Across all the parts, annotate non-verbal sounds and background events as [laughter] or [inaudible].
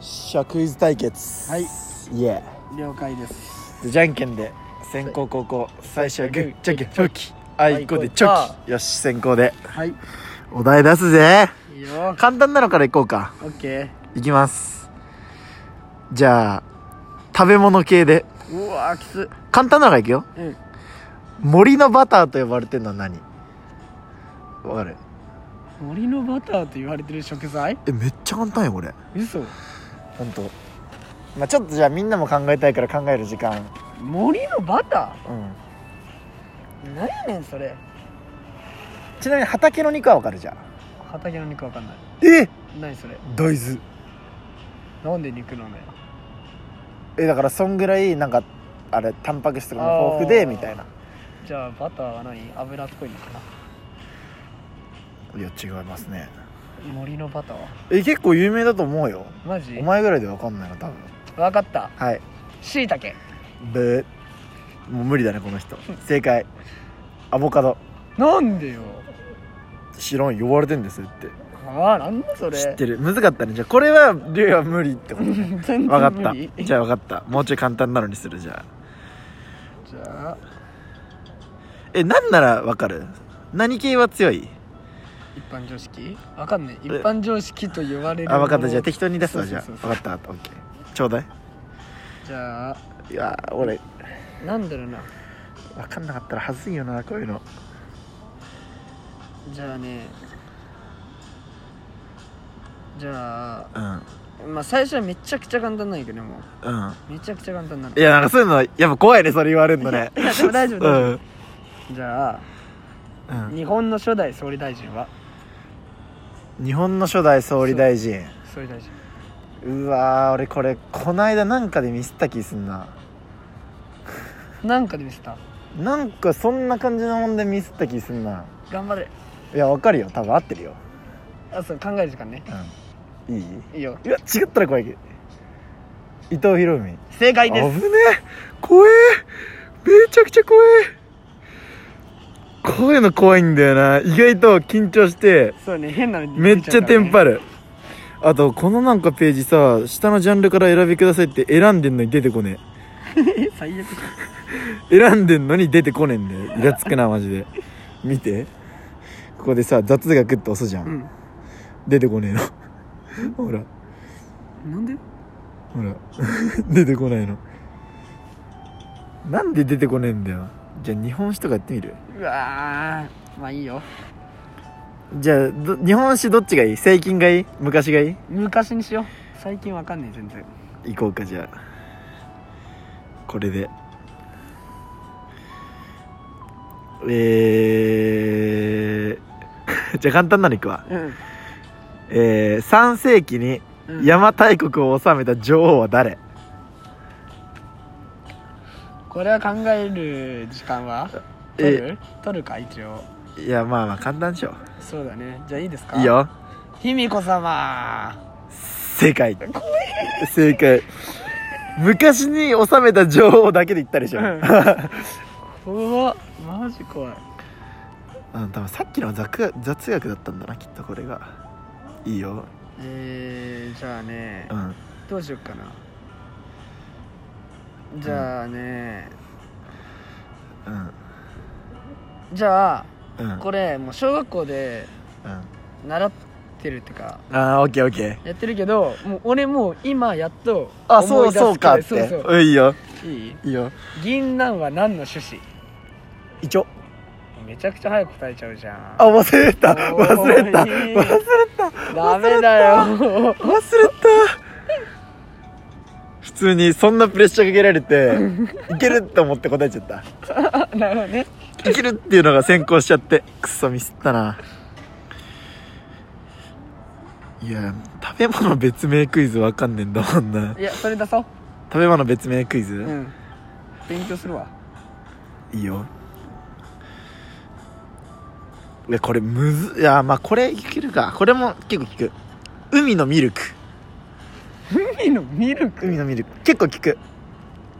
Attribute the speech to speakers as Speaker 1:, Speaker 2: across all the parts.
Speaker 1: しはクイズ対決
Speaker 2: はい
Speaker 1: イエ
Speaker 2: 了解です
Speaker 1: ーじゃんけんで先攻後攻最初はグーチョキチョキあ
Speaker 2: い
Speaker 1: いこでチョキよし先攻で
Speaker 2: はいい
Speaker 1: お題出すぜ
Speaker 2: いよ
Speaker 1: 簡単なのからいこうか
Speaker 2: オッケ
Speaker 1: いきますじゃあ食べ物系で
Speaker 2: ーうわーきつ
Speaker 1: 簡単なのからいくよ
Speaker 2: うん
Speaker 1: 森のバターと呼ばれてるのは何わかる
Speaker 2: 森のバターと言われてる食材
Speaker 1: えめっちゃ簡単よこれ
Speaker 2: 嘘
Speaker 1: 本当。まあちょっとじゃあみんなも考えたいから考える時間
Speaker 2: 森のバタ
Speaker 1: うん
Speaker 2: ー何やねんそれ
Speaker 1: ちなみに畑の肉はわかるじゃん
Speaker 2: 畑の肉わかんない
Speaker 1: え
Speaker 2: 何それ
Speaker 1: 大豆
Speaker 2: なんで肉なのよ
Speaker 1: えだからそんぐらいなんかあれタンパク質とかも豊富で
Speaker 2: あー
Speaker 1: みたいな
Speaker 2: じゃあバターは何油っこいのかない
Speaker 1: や違いますね
Speaker 2: 森のバターは
Speaker 1: え結構有名だと思うよ
Speaker 2: マジ
Speaker 1: お前ぐらいでわかんないの多分
Speaker 2: わかった
Speaker 1: はい
Speaker 2: しいたけ
Speaker 1: ブーもう無理だねこの人正解アボカド
Speaker 2: なんでよ
Speaker 1: 知らん呼ばれてんですって
Speaker 2: ああなんだそれ
Speaker 1: 知ってる難かったねじゃあこれは龍は [laughs] 無理ってことね
Speaker 2: 全然
Speaker 1: 分かっ
Speaker 2: 無理
Speaker 1: たじゃあ分かったもうちょい簡単なのにするじゃあ
Speaker 2: じゃあ
Speaker 1: えなんなら分かる何系は強い
Speaker 2: 一般常識わかんない一般常識と言われる
Speaker 1: あ分かっ
Speaker 2: もの
Speaker 1: たじゃあ適当に出すわじ
Speaker 2: そ
Speaker 1: ゃ
Speaker 2: う
Speaker 1: あ
Speaker 2: そう
Speaker 1: 分
Speaker 2: そう
Speaker 1: かった分かったオッケーちょうだい
Speaker 2: じゃあ
Speaker 1: いやー俺
Speaker 2: なんだろうな
Speaker 1: 分かんなかったら恥ずいよなこういうの
Speaker 2: じゃあねじゃ
Speaker 1: うんうん
Speaker 2: あまあ最初はめちゃくちゃ簡単なんやけどもめちゃくちゃ簡単なの
Speaker 1: いやなんかそういうのやっぱ怖いねそれ言われるのね
Speaker 2: いやでも大丈夫
Speaker 1: う
Speaker 2: 大丈
Speaker 1: ん、
Speaker 2: 夫じゃあ
Speaker 1: うん、
Speaker 2: 日本の初代総理大臣は
Speaker 1: 日本の初代総理大臣
Speaker 2: 総理大臣
Speaker 1: うわー俺これこないだなんかでミスった気すんな
Speaker 2: なんかで見せた
Speaker 1: なんかそんな感じのもんでミスった気すんな
Speaker 2: 頑張れ
Speaker 1: いやわかるよ多分合ってるよ
Speaker 2: あそう考える時間ね
Speaker 1: うんいい
Speaker 2: いいよ
Speaker 1: いや違ったら怖いけど伊藤博文
Speaker 2: 正解
Speaker 1: 危ね
Speaker 2: です
Speaker 1: え怖えめちゃくちゃ怖えこういうの怖いんだよな意外と緊張して
Speaker 2: そうね変なの
Speaker 1: めっちゃテンパ
Speaker 2: る
Speaker 1: るあとこのなんかページさ下のジャンルから選びくださいって選んでんのに出てこね
Speaker 2: [laughs] 最悪
Speaker 1: え選んでんのに出てこねえんだよイラつくなマジで見てここでさ雑がグッと押すじゃん、
Speaker 2: うん
Speaker 1: 出てこねえのほら
Speaker 2: なんで
Speaker 1: ほら [laughs] 出てこないのなんで出てこねえんだよじゃあ日本酒とかやってみる
Speaker 2: うわーまあいいよ
Speaker 1: じゃあど日本酒どっちがいい最近がいい昔がいい
Speaker 2: 昔にしよう最近わかんない全然
Speaker 1: 行こうかじゃあこれでえー、 [laughs] じゃあ簡単なのいくわ
Speaker 2: うん
Speaker 1: えー、3世紀に
Speaker 2: うん
Speaker 1: 邪馬台国を治めた女王は誰
Speaker 2: これは考える時間は取
Speaker 1: え
Speaker 2: る取るか一応
Speaker 1: いやまあまあ簡単でしょ
Speaker 2: そうだねじゃあいいですか
Speaker 1: いいよ
Speaker 2: 卑弥呼様
Speaker 1: 正解正解昔に治めた女王だけで言ったでしょ、
Speaker 2: うん
Speaker 1: [laughs]
Speaker 2: 怖っマジ怖い
Speaker 1: うん、多分さっきのは雑学雑学だったんだなきっとこれがいいよ
Speaker 2: えー、じゃあね
Speaker 1: うん
Speaker 2: どうしよっかなじゃあね
Speaker 1: うん
Speaker 2: じゃあ
Speaker 1: うん
Speaker 2: これもう小学校で
Speaker 1: うん
Speaker 2: 習ってるってか
Speaker 1: ああオッケーオッケー
Speaker 2: やってるけどもう俺もう今やっと
Speaker 1: あそうそうかって
Speaker 2: そうそう
Speaker 1: うんいいよ
Speaker 2: いい
Speaker 1: いいよ
Speaker 2: 銀杏は何の種子
Speaker 1: 一応
Speaker 2: めちゃくちゃ早く答えちゃうじゃん
Speaker 1: あ忘れた
Speaker 2: おー
Speaker 1: 忘れた忘
Speaker 2: いい
Speaker 1: れた
Speaker 2: ダメだよ [laughs]
Speaker 1: 忘れた普通にそんなプレッシャーかけられ
Speaker 2: [laughs]
Speaker 1: ていけるって思って答えちゃった
Speaker 2: なるほどね
Speaker 1: いけるっていうのが先行しちゃってクソミスったないや食べ物別名クイズわかんねえんだもんない
Speaker 2: やそれ出そう
Speaker 1: 食べ物別名クイズ、
Speaker 2: うん勉強するわ
Speaker 1: いいよいやこれむずいやまあこれいけるかこれも結構聞く海のミルク
Speaker 2: 海のミルク
Speaker 1: 海のミルク結構聞く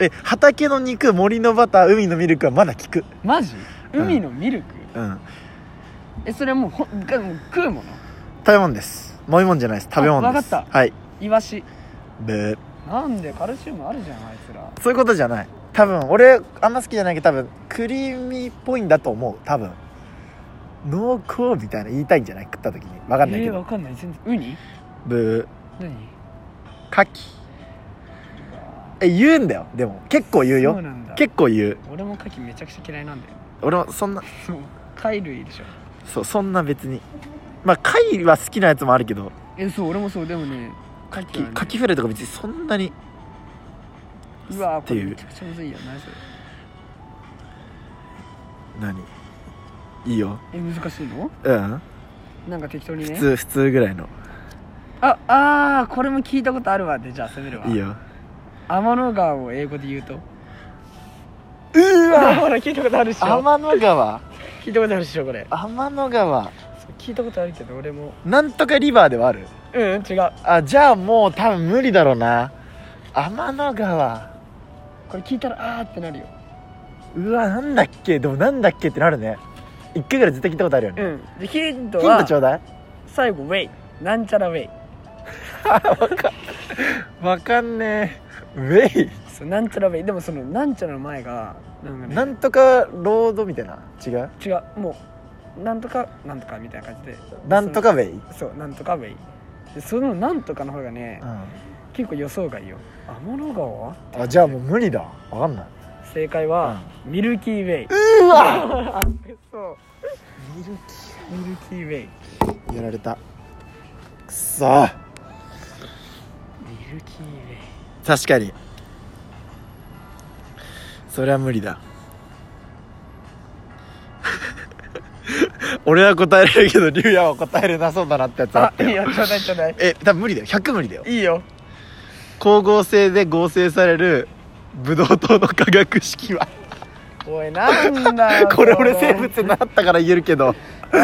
Speaker 1: え畑の肉森のバター海のミルクはまだ聞く
Speaker 2: マジ
Speaker 1: うん
Speaker 2: 海のミルク、
Speaker 1: うん
Speaker 2: えそれはもうほんがもう食うもの
Speaker 1: 食べ物です飲み物じゃないです食べ物です
Speaker 2: あわかった
Speaker 1: はい
Speaker 2: イワシ
Speaker 1: べ
Speaker 2: なんでカルシウムあるじゃんあいつら
Speaker 1: そういうことじゃない多分俺あんま好きじゃないけど多分クリーミーっぽいんだと思う多分濃厚みたいな言いたいんじゃない食った時に分かんないけ
Speaker 2: えー、わ
Speaker 1: ど、
Speaker 2: かんない全然ウニ
Speaker 1: ブー
Speaker 2: 何
Speaker 1: カキえ言うんだよでも結構言う
Speaker 2: そう
Speaker 1: よ
Speaker 2: なんだ
Speaker 1: 結構言う
Speaker 2: 俺も牡蠣めちゃくちゃ嫌いなんだよ
Speaker 1: 俺もそんな
Speaker 2: そう貝類でしょ
Speaker 1: そうそんな別にまあ貝は好きなやつもあるけど
Speaker 2: えそう俺もそうでもね牡
Speaker 1: き
Speaker 2: 蠣はね
Speaker 1: カキフライとか別にそんなに
Speaker 2: うわーこれ
Speaker 1: っていう
Speaker 2: めちゃくちゃむずいや何それ
Speaker 1: 何いいよ
Speaker 2: え難しいの
Speaker 1: うん
Speaker 2: なんか適当に
Speaker 1: 普
Speaker 2: ね
Speaker 1: 通普通ぐらいの
Speaker 2: ああーこれも聞いたことあるわでじゃあ攻めるわ
Speaker 1: いいよ
Speaker 2: 天の川を英語で言うと
Speaker 1: う
Speaker 2: あ [laughs] ほら聞いたことあるっしょ
Speaker 1: 天の川
Speaker 2: 聞いたことあるっしょこれ
Speaker 1: 天の川
Speaker 2: そう聞いたことあるけど俺も
Speaker 1: なんとかリバーではある
Speaker 2: うん違う
Speaker 1: あじゃあもう多分無理だろうな天の川
Speaker 2: これ聞いたらあーってなるよ
Speaker 1: うわなんだっけでもなんだっけってなるね一回ぐらい絶対聞いたことあるよね、
Speaker 2: うんでヒント
Speaker 1: ヒント
Speaker 2: は
Speaker 1: ちょうだい
Speaker 2: 最後ウェイなんちゃらウェイ
Speaker 1: わかんねえウェイ
Speaker 2: そうなんちゃらウェイでもそのなんちゃらの前がなんかね
Speaker 1: なんとかロードみたいな違う
Speaker 2: 違うもうなんとかなんとかみたいな感じで
Speaker 1: なんとかウェイ、うん、
Speaker 2: そうなんとかウェイでそのなんとかの方がね結構予想外よ天の川
Speaker 1: あじゃあもう無理だわかんない
Speaker 2: 正解は、ミルキーウェイ
Speaker 1: うわ
Speaker 2: そうミルキーウェイ
Speaker 1: やられたくそ
Speaker 2: ミルキーウェイ
Speaker 1: 確かにそれは無理 [laughs] だ俺は答えられるけど竜也は答えれなそうだなってやつあ
Speaker 2: あ
Speaker 1: った
Speaker 2: いい
Speaker 1: よ
Speaker 2: よちょうだいちょうだい
Speaker 1: え多分無理だよ100無理だよ
Speaker 2: いいよ
Speaker 1: 光合成で合成されるブドウ糖の化学式は
Speaker 2: おいなんだ
Speaker 1: [laughs]
Speaker 2: よ
Speaker 1: これ俺生物になったから言えるけど
Speaker 2: わ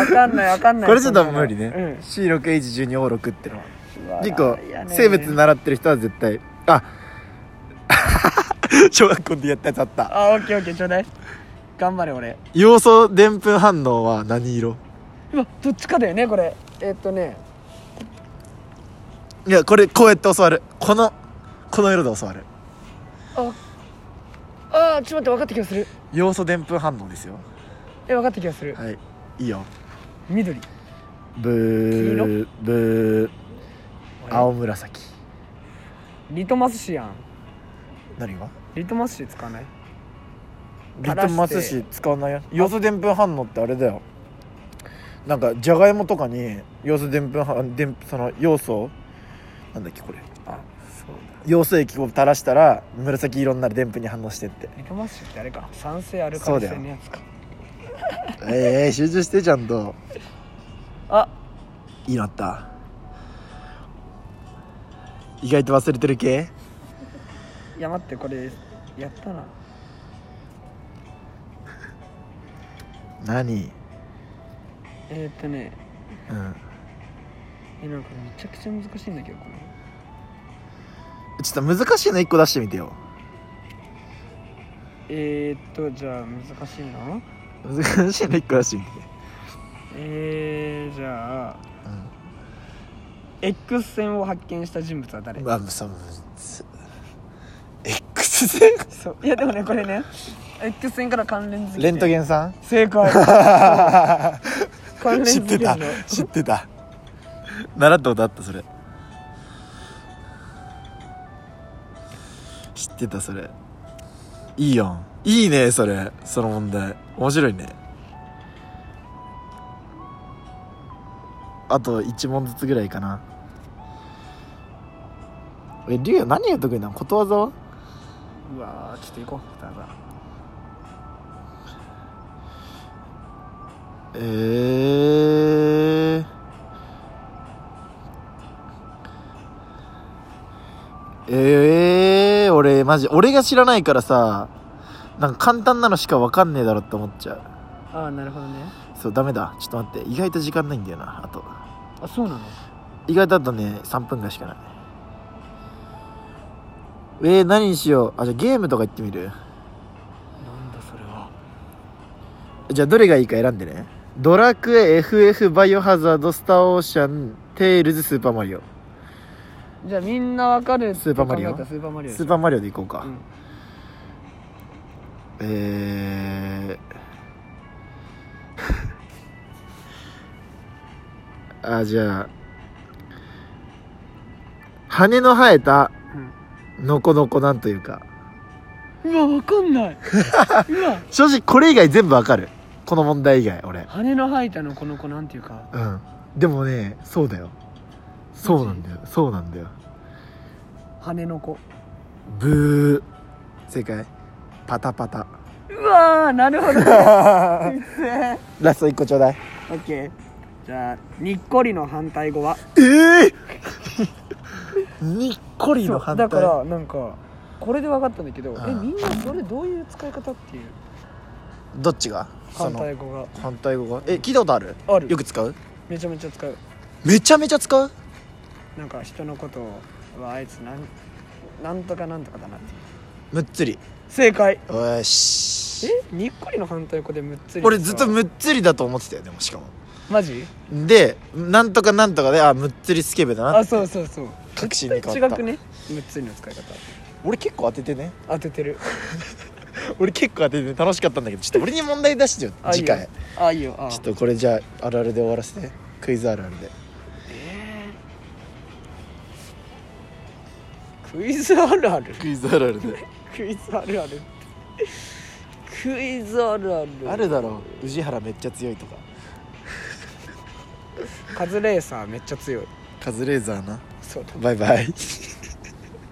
Speaker 2: かんないわかんない
Speaker 1: これちょっと無理ね、
Speaker 2: うん
Speaker 1: C6H12O6 ってのは
Speaker 2: うわ
Speaker 1: 結構
Speaker 2: いやね
Speaker 1: 生物習ってる人は絶対あ [laughs] 小学校でやったやつあった
Speaker 2: あオッケーオッケーちょうだい頑張れ俺
Speaker 1: 要素でんぷん反応は何色
Speaker 2: うわどっちかだよねこれえっとね
Speaker 1: いやこれこうやって教わるこのこの色で教わる
Speaker 2: ああーちょっと待って分かった気がする
Speaker 1: 要素でんぷん反応ですよ
Speaker 2: え分かった気がする
Speaker 1: はいいいよ
Speaker 2: 緑
Speaker 1: ブーブー青紫
Speaker 2: リトマス紙やん
Speaker 1: 何が
Speaker 2: リトマス紙使わない
Speaker 1: リトマス紙使わないよ要素でんぷん反応ってあれだよなんかじゃがいもとかに要素でんぷん反でんその要素なんだっけこれ
Speaker 2: あそうだ
Speaker 1: 要素液を垂らしたら紫色になるでんぷんに反応してって
Speaker 2: リトマス紙ってあれか酸性アルカリ性のやつか
Speaker 1: ええ集中してちゃんと
Speaker 2: あ
Speaker 1: いいなった意外と忘れてる系
Speaker 2: いや待ってこれやったな
Speaker 1: 何
Speaker 2: えー、っとね
Speaker 1: うん
Speaker 2: えなんかめちゃくちゃ難しいんだけどこれ
Speaker 1: ちょっと難しいの1個出してみてよ
Speaker 2: えー、っとじゃあ難しいな
Speaker 1: 難しいの1個出してみて
Speaker 2: えー、じゃあ
Speaker 1: うん、
Speaker 2: X 線を発見した人物は誰、
Speaker 1: まあその X 線
Speaker 2: そういやでもねこれね X 線から関連付けて
Speaker 1: レントゲンさん
Speaker 2: 正 [laughs] 解関連
Speaker 1: 知っ
Speaker 2: 付
Speaker 1: て
Speaker 2: ける
Speaker 1: た
Speaker 2: の
Speaker 1: 知ってた習ったことあったそれ知ってたそれいいやんいいねそれその問題面白いねあと1問ずつぐらいかなえリュウヤ何が得意なのことわざは
Speaker 2: うわーちょっと行こうだから
Speaker 1: えー、えー、俺マジ俺が知らないからさなんか簡単なのしかわかんねえだろって思っちゃう
Speaker 2: ああなるほどね
Speaker 1: そうダメだちょっと待って意外と時間ないんだよなあと
Speaker 2: あそうなの
Speaker 1: 意外とあとね3分ぐらいしかないえー、何にしようあじゃあゲームとか行ってみる
Speaker 2: なんだそれは
Speaker 1: じゃあどれがいいか選んでねドラクエ FF バイオハザードスターオーシャンテイルズスーパーマリオ
Speaker 2: じゃあみんなわかる
Speaker 1: スーパーマリオ
Speaker 2: って考えたらスーパーマリオでし
Speaker 1: ス
Speaker 2: ょ
Speaker 1: ーパーマリオでいこうか、
Speaker 2: うん
Speaker 1: えー [laughs] あじゃあ羽の生えたのこのこなんというか
Speaker 2: うんうわわかんない [laughs] うわ
Speaker 1: 正直これ以外全部わかるこの問題以外俺
Speaker 2: 羽の生えたのこの子なんていうか
Speaker 1: うんでもねそうだよそうなんだよそうなんだよ
Speaker 2: 羽の子
Speaker 1: ブー正解パタパタ
Speaker 2: うわーなるほど
Speaker 1: ラ
Speaker 2: ね
Speaker 1: スト1個ちょうだい
Speaker 2: オッケーじゃあにっこりの反対語は
Speaker 1: ええにっこりの反対
Speaker 2: だからなんかこれで分かったんだけど
Speaker 1: うん
Speaker 2: えみんなそれどういう使い方っていう
Speaker 1: どっちがそ
Speaker 2: 反
Speaker 1: の
Speaker 2: 対語が
Speaker 1: 反対語がえ聞いたことある
Speaker 2: ある
Speaker 1: よく使う
Speaker 2: めちゃめちゃ使う
Speaker 1: めちゃめちゃ使う
Speaker 2: なんか人のことはあいつなんなんとかなんとかだなっていう
Speaker 1: むっつり
Speaker 2: 正解
Speaker 1: よし
Speaker 2: えにっこりの反対語でむっつり
Speaker 1: 俺ずっと
Speaker 2: む
Speaker 1: むっつりだと思ってたよでもしかも
Speaker 2: マジ
Speaker 1: でなんとかなんとかであむっつりスケベだな
Speaker 2: あそうそうそう
Speaker 1: 確信に
Speaker 2: 絶対
Speaker 1: 変わ
Speaker 2: 違
Speaker 1: った
Speaker 2: くねむっつりの使い方
Speaker 1: 俺結構当ててね
Speaker 2: 当ててる
Speaker 1: 俺結構当ててね楽しかったんだけどちょっと俺に問題出してよ
Speaker 2: あ
Speaker 1: 次回
Speaker 2: あいいよあ
Speaker 1: ちょっとこれじゃああるあるで終わらせてクイズあるあるで
Speaker 2: クイズあるある
Speaker 1: クイズあるあるで
Speaker 2: クイズあるあるクイズあるある
Speaker 1: あるだろ宇治原めっちゃ強いとか
Speaker 2: カズレーサーめっちゃ強い
Speaker 1: カズレーザーな
Speaker 2: そうだ
Speaker 1: バイバイ